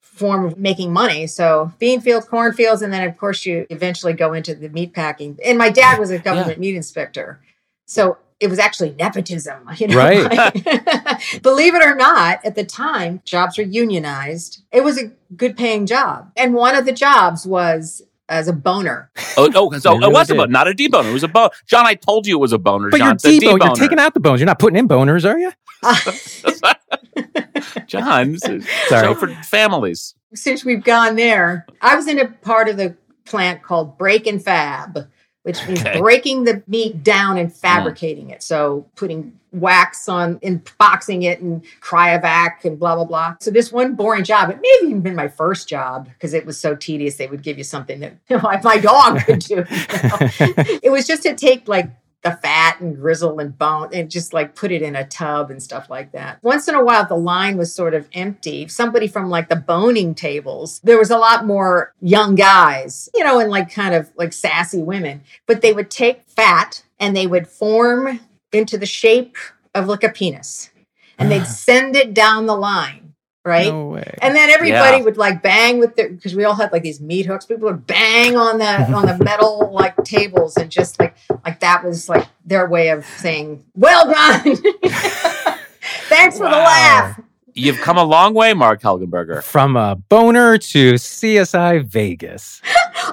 [SPEAKER 1] form of making money. So bean fields, cornfields, and then of course you eventually go into the meat packing. And my dad was a government meat inspector. So it was actually nepotism, you know.
[SPEAKER 3] Right.
[SPEAKER 1] like- believe it or not, at the time, jobs were unionized. It was a good paying job. And one of the jobs was as a boner.
[SPEAKER 2] Oh, oh so
[SPEAKER 3] You really
[SPEAKER 2] it was a
[SPEAKER 3] did.
[SPEAKER 2] boner, not a deboner. It was a boner. John, I told you it was a boner.
[SPEAKER 3] But
[SPEAKER 2] John,
[SPEAKER 3] you're
[SPEAKER 2] It's a
[SPEAKER 3] debo- you're taking out the bones. You're not putting in boners, are you?
[SPEAKER 2] John, this is
[SPEAKER 3] Sorry.
[SPEAKER 2] so for families.
[SPEAKER 1] since we've gone there, I was in a part of the plant called break and fab, which means
[SPEAKER 2] Okay.
[SPEAKER 1] breaking the meat down and fabricating it. So putting wax on and boxing it and cryovac and blah blah blah. So this one boring job, it may have even been my first job because it was so tedious they would give you something that my dog could do. you know. it was just to take like the fat and grizzle and bone and just like put it in a tub and stuff like that. Once in a while, the line was sort of empty. Somebody from like the boning tables, there was a lot more young guys, you know, and like kind of like sassy women, but they would take fat and they would form into the shape of like a penis and they'd send it down the line, right?
[SPEAKER 3] No way.
[SPEAKER 1] And then everybody
[SPEAKER 2] Yeah.
[SPEAKER 1] would like bang with their because we all had like these meat hooks. People would bang on the on the metal like tables and just like like that was like their way of saying, "Well done, thanks for the laugh."
[SPEAKER 2] You've come a long way, Mark Helgenberger.
[SPEAKER 3] From a boner to CSI Vegas.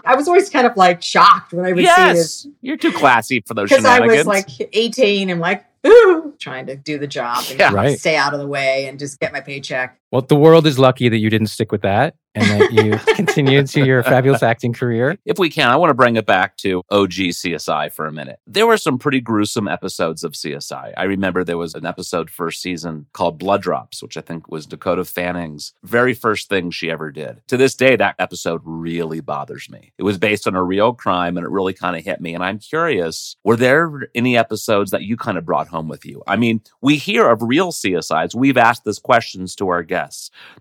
[SPEAKER 1] I was always kind of like shocked when I would see this
[SPEAKER 2] Yes, you're too classy for those
[SPEAKER 1] because I was
[SPEAKER 2] shenanigans.
[SPEAKER 1] like 18 and like ooh, trying to do the job and
[SPEAKER 2] Yeah.
[SPEAKER 3] Right.
[SPEAKER 1] stay out of the way and just get my paycheck.
[SPEAKER 3] Well, the world is lucky that you didn't stick with that and that you continued to your fabulous acting career.
[SPEAKER 2] if we can, I want to bring it back to OG CSI for a minute. There were some pretty gruesome episodes of CSI. I remember there was an episode first season called Blood Drops, which I think was Dakota Fanning's very first thing she ever did. To this day, that episode really bothers me. It was based on a real crime and it really kind of hit me. And I'm curious, were there any episodes that you kind of brought home with you? I mean, we hear of real CSIs. We've asked this questions to our guests.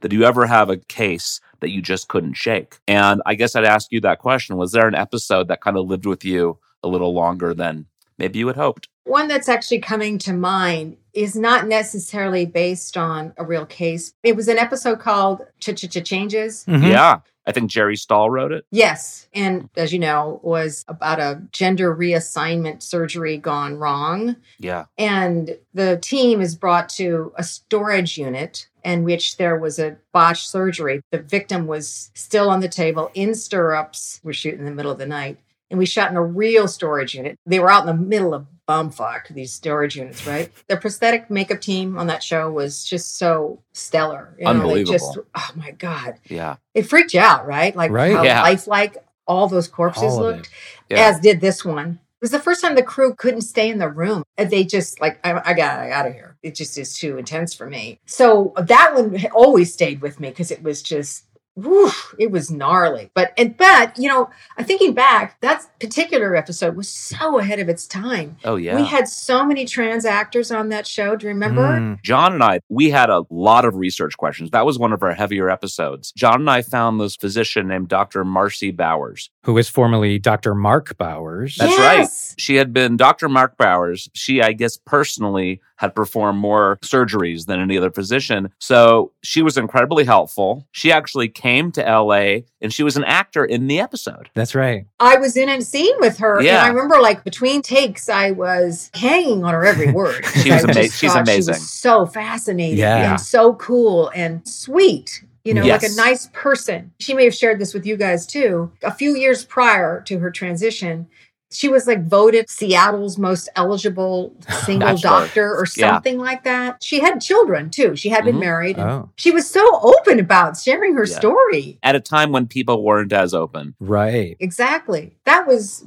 [SPEAKER 2] Did you ever have a case that you just couldn't shake? And I guess I'd ask you that question. Was there an episode that kind of lived with you a little longer than maybe you had hoped?
[SPEAKER 1] One that's actually coming to mind is not necessarily based on a real case. It was an episode called Ch Ch Ch Changes.
[SPEAKER 3] Mhm.
[SPEAKER 2] Yeah. I think Jerry Stahl wrote it.
[SPEAKER 1] Yes. And as you know, was about a gender reassignment surgery gone wrong.
[SPEAKER 2] Yeah.
[SPEAKER 1] And the team is brought to a storage unit in which there was a botched surgery. The victim was still on the table in stirrups. We're shooting in the middle of the night. And we shot in a real storage unit. They were out in the middle of bumfuck, these storage units, right? the prosthetic makeup team on that show was just so stellar. You know, they just,
[SPEAKER 2] Unbelievable.
[SPEAKER 1] oh my God
[SPEAKER 2] Yeah.
[SPEAKER 1] it freaked you out, right? Like
[SPEAKER 3] Right.
[SPEAKER 1] how
[SPEAKER 2] Yeah.
[SPEAKER 1] lifelike all those corpses
[SPEAKER 3] All of it.
[SPEAKER 1] looked,
[SPEAKER 2] Yeah.
[SPEAKER 1] as did this one. It was the first time the crew couldn't stay in the room. And They just like, I, I got out of here. It just is too intense for me. So that one always stayed with me because it was just, whew, it was gnarly. But and but you know, I thinking back, that particular episode was so ahead of its time.
[SPEAKER 2] Oh, yeah.
[SPEAKER 1] We had so many trans actors on that show. Do you remember?
[SPEAKER 3] Mm.
[SPEAKER 2] John and I, we had a lot of research questions. That was one of our heavier episodes. John and I found this physician named Dr. Marcy Bowers.
[SPEAKER 3] Who was formerly Dr. Mark Bowers.
[SPEAKER 2] That's
[SPEAKER 1] Yes.
[SPEAKER 2] right. She had been Dr. Mark Bowers. She, I guess, personally had performed more surgeries than any other physician. So she was incredibly helpful. She actually came to LA and she was an actor in the episode.
[SPEAKER 3] That's right.
[SPEAKER 1] I was in a scene with her, and
[SPEAKER 2] Yeah.
[SPEAKER 1] I remember like between takes, I was hanging on her every word.
[SPEAKER 2] She was
[SPEAKER 1] I just
[SPEAKER 2] ama- she's
[SPEAKER 1] thought
[SPEAKER 2] amazing.
[SPEAKER 1] She was so fascinating
[SPEAKER 3] Yeah.
[SPEAKER 1] and so cool and sweet. You know, like a
[SPEAKER 2] Yes.
[SPEAKER 1] nice person. She may have shared this with you guys too. A few years prior to her transition, she was like voted Seattle's most eligible single
[SPEAKER 2] Bachelor.
[SPEAKER 1] doctor or
[SPEAKER 2] Yeah.
[SPEAKER 1] something like that. She had children too. She had been
[SPEAKER 2] Mhm.
[SPEAKER 1] married. and
[SPEAKER 3] Oh,
[SPEAKER 1] She was so open about sharing her
[SPEAKER 2] Yeah.
[SPEAKER 1] story.
[SPEAKER 2] At a time when people weren't as open,
[SPEAKER 3] right.
[SPEAKER 1] Exactly. That was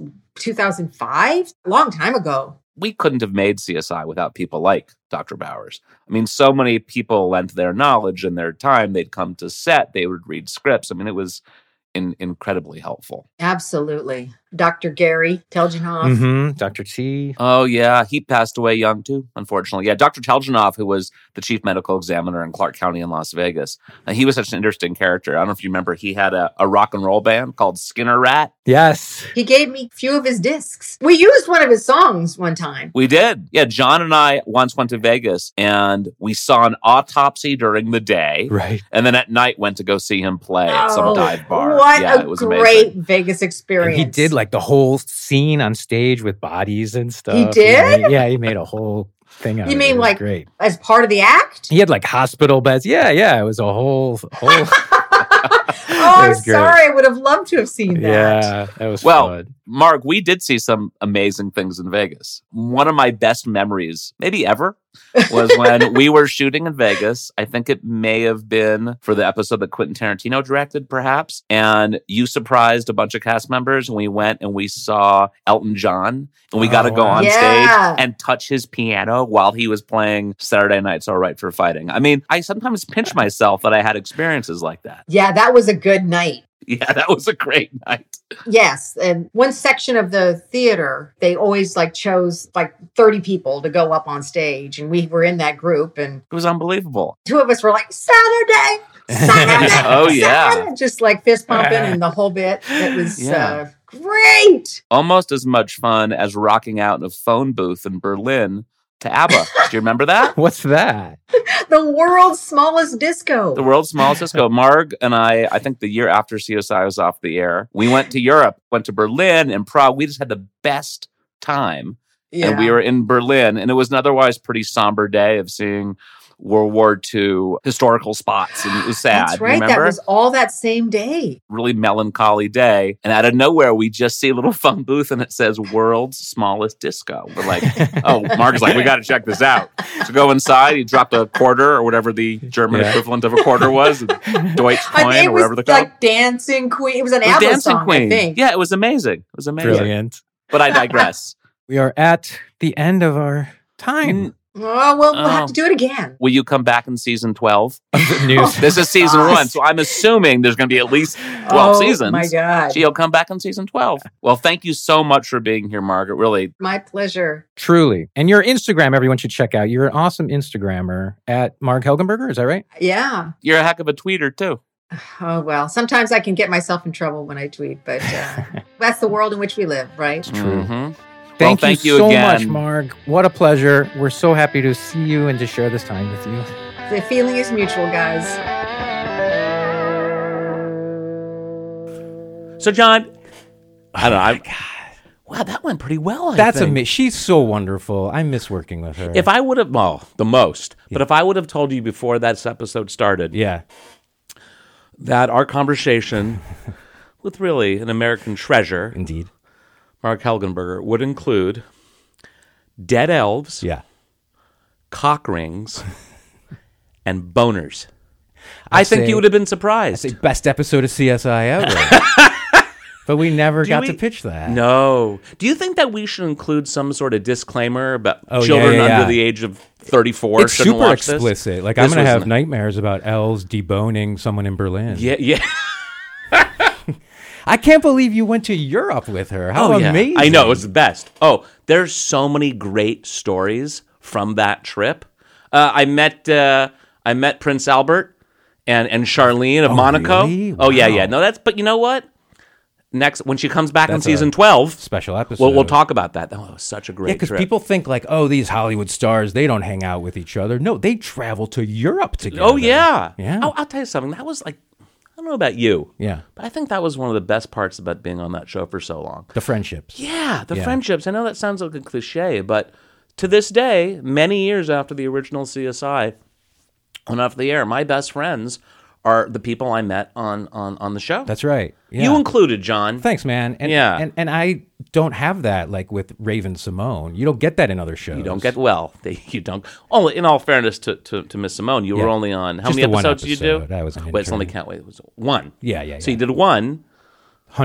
[SPEAKER 1] 2005, a long time ago.
[SPEAKER 2] we couldn't have made CSI without people like Dr. Bowers. I mean, so many people lent their knowledge and their time. They'd come to set, they would read scripts. I mean, it was
[SPEAKER 5] in, incredibly helpful.
[SPEAKER 1] Absolutely. Dr. Gary Telgenhoff.
[SPEAKER 3] Mm-hmm. Dr. T.
[SPEAKER 5] Oh yeah, he passed away young too, unfortunately. Yeah, Dr. Teljanov, who was the chief medical examiner in Clark County in Las Vegas, uh, he was such an interesting character. I don't know if you remember, he had a, a rock and roll band called Skinner Rat.
[SPEAKER 3] Yes.
[SPEAKER 1] He gave me a few of his discs. We used one of his songs one time.
[SPEAKER 5] We did. Yeah, John and I once went to Vegas and we saw an autopsy during the day,
[SPEAKER 3] Right.
[SPEAKER 5] and then at night went to go see him play at some
[SPEAKER 1] Oh,
[SPEAKER 5] dive bar.
[SPEAKER 1] What
[SPEAKER 5] yeah,
[SPEAKER 1] a
[SPEAKER 5] it was
[SPEAKER 1] great
[SPEAKER 5] amazing.
[SPEAKER 1] Vegas
[SPEAKER 3] And
[SPEAKER 1] experience.
[SPEAKER 3] he did like the whole scene on stage with bodies and stuff.
[SPEAKER 1] did?
[SPEAKER 3] made- yeah, he made a whole thing. Out
[SPEAKER 1] You
[SPEAKER 3] of
[SPEAKER 1] mean,
[SPEAKER 3] it. It was
[SPEAKER 1] like-
[SPEAKER 3] great?
[SPEAKER 1] as part of the act.
[SPEAKER 3] He had like hospital beds. Yeah, yeah. It was a whole whole.
[SPEAKER 1] Oh, I'm
[SPEAKER 3] was great.
[SPEAKER 1] sorry. I would have loved to have seen that.
[SPEAKER 3] yeah, that was
[SPEAKER 5] Well,
[SPEAKER 3] fun.
[SPEAKER 5] Mark, we did see some amazing things in Vegas. One of my best memories, maybe ever, was when we were shooting in Vegas. I think it may have been for the episode that Quentin Tarantino directed, perhaps. And you surprised a bunch of cast members, and we went and we saw Elton John, and we got to
[SPEAKER 3] Oh,
[SPEAKER 5] go
[SPEAKER 3] wow.
[SPEAKER 5] on
[SPEAKER 1] Yeah.
[SPEAKER 5] stage and touch his piano while he was playing Saturday Night's All Right for Fighting. I mean, I sometimes pinch myself that I had experiences like that.
[SPEAKER 1] Yeah, that was a good night.
[SPEAKER 5] Yeah, that was a great night.
[SPEAKER 1] Yes. And one section of the theater, they always like chose like 30 people to go up on stage. And we were in that group and
[SPEAKER 5] It was unbelievable.
[SPEAKER 1] two of us were like, Saturday, Saturday.
[SPEAKER 5] Oh, yeah.
[SPEAKER 1] Saturday," Just like fist pumping and the whole bit. It was
[SPEAKER 5] Yeah.
[SPEAKER 1] uh, great.
[SPEAKER 5] almost as much fun as rocking out in a phone booth in Berlin to ABBA. Do you remember that?
[SPEAKER 3] What's that?
[SPEAKER 1] The world's smallest disco.
[SPEAKER 5] The world's smallest disco. Marg and I, I think the year after CSI was off the air, we went to Europe, went to Berlin and Prague. We just had the best time. And we were in Berlin, and it was an otherwise pretty somber day of seeing World War II historical spots. And it was sad.
[SPEAKER 1] That's
[SPEAKER 5] You
[SPEAKER 1] right. That
[SPEAKER 5] remember?
[SPEAKER 1] was all that same day.
[SPEAKER 5] really melancholy day. And out of nowhere, we just see a little phone booth and it says world's smallest disco. We're like, oh, Mark's like, we got to check this out. So go inside. He dropped a quarter or whatever the German
[SPEAKER 3] Yeah.
[SPEAKER 5] equivalent of a quarter was, a Deutsch
[SPEAKER 1] I mean,
[SPEAKER 5] coin
[SPEAKER 1] it
[SPEAKER 5] or
[SPEAKER 1] was
[SPEAKER 5] whatever they're called.
[SPEAKER 1] like Dancing Queen. It was an
[SPEAKER 5] It was
[SPEAKER 1] ABBA
[SPEAKER 5] Dancing
[SPEAKER 1] song, I
[SPEAKER 5] Queen.
[SPEAKER 1] think.
[SPEAKER 5] Yeah, it was amazing. It was amazing.
[SPEAKER 3] Brilliant.
[SPEAKER 5] But I digress.
[SPEAKER 3] We are at the end of our time.
[SPEAKER 1] Oh, well, we'll
[SPEAKER 5] Oh.
[SPEAKER 1] have to do it again.
[SPEAKER 5] Will you come back in season 12?
[SPEAKER 3] News.
[SPEAKER 5] This is season
[SPEAKER 1] Gosh.
[SPEAKER 5] one. So I'm assuming there's going to be at least 12
[SPEAKER 1] oh,
[SPEAKER 5] seasons.
[SPEAKER 1] my God.
[SPEAKER 5] She'll come back in season 12. Well, thank you so much for being here, Margaret. Really,
[SPEAKER 1] My pleasure.
[SPEAKER 3] Truly. And your Instagram, everyone should check out. You're an awesome Instagrammer at Marg Helgenberger. Is that right?
[SPEAKER 1] Yeah.
[SPEAKER 5] you're a heck of a tweeter, too.
[SPEAKER 1] Oh, well, sometimes I can get myself in trouble when I tweet, but uh, that's the world in which we live, right?
[SPEAKER 3] True.
[SPEAKER 5] Mhm.
[SPEAKER 3] Thank,
[SPEAKER 5] Well, thank you
[SPEAKER 3] so
[SPEAKER 5] again.
[SPEAKER 3] much, Marg. What a pleasure. We're so happy to see you and to share this time with you.
[SPEAKER 1] The feeling is mutual, guys.
[SPEAKER 5] So, John, I don't know. I, Wow, that went pretty well. I
[SPEAKER 3] That's
[SPEAKER 5] think.
[SPEAKER 3] amazing. She's so wonderful. I miss working with her.
[SPEAKER 2] If I would have, well, the most, but if I would have told you before that episode started
[SPEAKER 3] yeah.
[SPEAKER 2] that our conversation with really an American treasure,
[SPEAKER 3] Indeed.
[SPEAKER 2] Mark Helgenberger, would include dead elves,
[SPEAKER 3] Yeah.
[SPEAKER 2] cock rings, and boners. i think
[SPEAKER 3] say-
[SPEAKER 2] you would have been surprised.
[SPEAKER 3] It's the best episode of CSI ever. but we never got to
[SPEAKER 2] we-
[SPEAKER 3] pitch that.
[SPEAKER 2] No. Do you think that we should include some sort of disclaimer about
[SPEAKER 3] Oh, yeah,
[SPEAKER 2] children
[SPEAKER 3] yeah,
[SPEAKER 2] under
[SPEAKER 3] yeah.
[SPEAKER 2] the age of 34
[SPEAKER 3] It's
[SPEAKER 2] shouldn't
[SPEAKER 3] super
[SPEAKER 2] watch this?
[SPEAKER 3] explicit. Like I'm
[SPEAKER 2] This
[SPEAKER 3] gonna
[SPEAKER 2] was
[SPEAKER 3] have
[SPEAKER 2] an-
[SPEAKER 3] nightmares about elves deboning someone in Berlin.
[SPEAKER 2] Yeah, yeah.
[SPEAKER 3] I can't believe you went to Europe with her. How
[SPEAKER 2] Oh, yeah.
[SPEAKER 3] amazing!
[SPEAKER 2] I know, it was the best. Oh, there's so many great stories from that trip. Uh, I met uh, I met Prince Albert and and Charlene of Monaco.
[SPEAKER 3] really?
[SPEAKER 2] Oh yeah,
[SPEAKER 3] Wow.
[SPEAKER 2] yeah. No, that's but you know what? Next when she comes back
[SPEAKER 3] That's a
[SPEAKER 2] in season 12,
[SPEAKER 3] Special episode.
[SPEAKER 2] we'll, we'll talk about that. That was such a great
[SPEAKER 3] Yeah, because
[SPEAKER 2] trip.
[SPEAKER 3] people think like, oh, these Hollywood stars, they don't hang out with each other. No, they travel to Europe together.
[SPEAKER 2] Oh yeah.
[SPEAKER 3] Yeah.
[SPEAKER 2] Oh, I'll tell you something. That was like I don't know about you.
[SPEAKER 3] Yeah.
[SPEAKER 2] But I think that was one of the best parts about being on that show for so long.
[SPEAKER 3] The friendships.
[SPEAKER 2] Yeah, the
[SPEAKER 3] Yeah.
[SPEAKER 2] friendships. I know that sounds like a cliche, but to this day, many years after the original CSI went off the air, my best friends are the people I met on on on the show.
[SPEAKER 3] That's right. Yeah.
[SPEAKER 2] You included, John.
[SPEAKER 3] Thanks, man. And,
[SPEAKER 2] Yeah.
[SPEAKER 3] And and I don't have that like with Raven Simone. You don't get that in other shows.
[SPEAKER 2] you don't get well. They, you don't. Oh, in all fairness to, to, to Miss Simone, you were only on how
[SPEAKER 3] Just
[SPEAKER 2] many
[SPEAKER 3] the one
[SPEAKER 2] episodes did you do?
[SPEAKER 3] episode. I was an
[SPEAKER 2] Wait, it's
[SPEAKER 3] intern.
[SPEAKER 2] only count. Wait, it was one.
[SPEAKER 3] Yeah, yeah,
[SPEAKER 2] So
[SPEAKER 3] yeah.
[SPEAKER 2] you did one.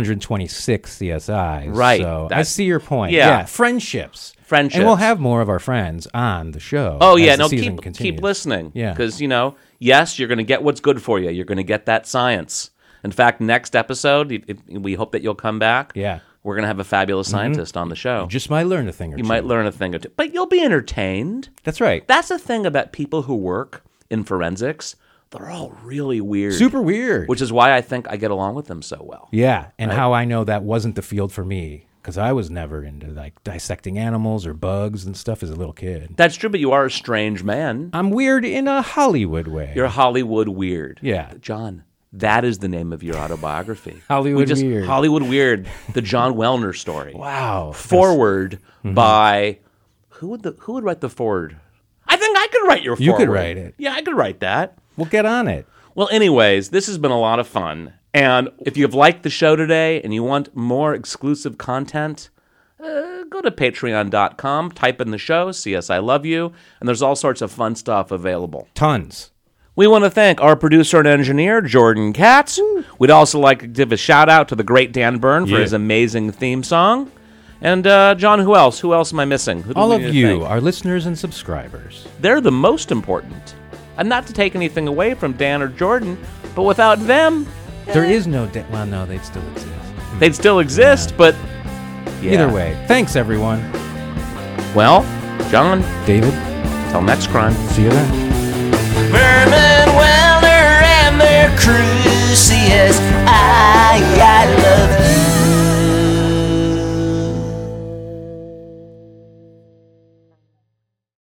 [SPEAKER 3] 126 CSI.
[SPEAKER 2] Right.
[SPEAKER 3] So I
[SPEAKER 2] That's-
[SPEAKER 3] see your point.
[SPEAKER 2] yeah.
[SPEAKER 3] Friendships.
[SPEAKER 2] Friendships.
[SPEAKER 3] And we'll have more of our friends on the show.
[SPEAKER 2] Oh
[SPEAKER 3] as
[SPEAKER 2] yeah,
[SPEAKER 3] the
[SPEAKER 2] no,
[SPEAKER 3] season
[SPEAKER 2] keep
[SPEAKER 3] continues.
[SPEAKER 2] keep listening.
[SPEAKER 3] Yeah.
[SPEAKER 2] because you know, yes, you're going to get what's good for you. You're going to get that science. In fact, next episode, if- if- we hope that you'll come back.
[SPEAKER 3] Yeah. Mm-hmm.
[SPEAKER 2] We're going to have a fabulous scientist on the show. You,
[SPEAKER 3] Just might learn a thing or two.
[SPEAKER 2] might learn a thing or two, but you'll be entertained.
[SPEAKER 3] That's right.
[SPEAKER 2] That's the thing about people who work in forensics. They're all really weird.
[SPEAKER 3] Super weird.
[SPEAKER 2] Which is why I think I get along with them so well.
[SPEAKER 3] yeah, and how I know that wasn't the field for me because I was never into like dissecting animals or bugs and stuff as a little kid.
[SPEAKER 2] That's true, but you are a strange man.
[SPEAKER 3] I'm weird in a Hollywood way.
[SPEAKER 2] You're Hollywood weird.
[SPEAKER 3] Yeah.
[SPEAKER 2] John, that is the name of your autobiography.
[SPEAKER 3] Hollywood
[SPEAKER 2] We just,
[SPEAKER 3] Weird.
[SPEAKER 2] Hollywood Weird, the John Wellner story.
[SPEAKER 3] wow. Mm-hmm.
[SPEAKER 2] Forward by who would the who would write the forward? I think I could write your forward.
[SPEAKER 3] You could write it.
[SPEAKER 2] Yeah, I could write that.
[SPEAKER 3] Well, get on it.
[SPEAKER 2] Well, anyways, this has been a lot of fun. And if you've liked the show today and you want more exclusive content, uh, go to patreon.com, type in the show, see us, I love you, and there's all sorts of fun stuff available.
[SPEAKER 3] Tons.
[SPEAKER 2] We want to thank our producer and engineer, Jordan Katz. We'd also like to give a shout out to the great Dan Byrne for
[SPEAKER 3] Yeah.
[SPEAKER 2] his amazing theme song. And uh, John, who else? Who else am I missing? Who do
[SPEAKER 3] All
[SPEAKER 2] we
[SPEAKER 3] of
[SPEAKER 2] need to
[SPEAKER 3] you,
[SPEAKER 2] thank?
[SPEAKER 3] our listeners and subscribers.
[SPEAKER 2] They're the most important. And not to take anything away from Dan or Jordan, but without them,
[SPEAKER 3] There is no de- well, no, they'd still exist.
[SPEAKER 2] they'd still exist. But yeah.
[SPEAKER 3] Either way, thanks everyone.
[SPEAKER 2] Well, John,
[SPEAKER 3] David,
[SPEAKER 2] till next crime.
[SPEAKER 3] see you then.
[SPEAKER 4] Berman Welder and their crew see us. I, I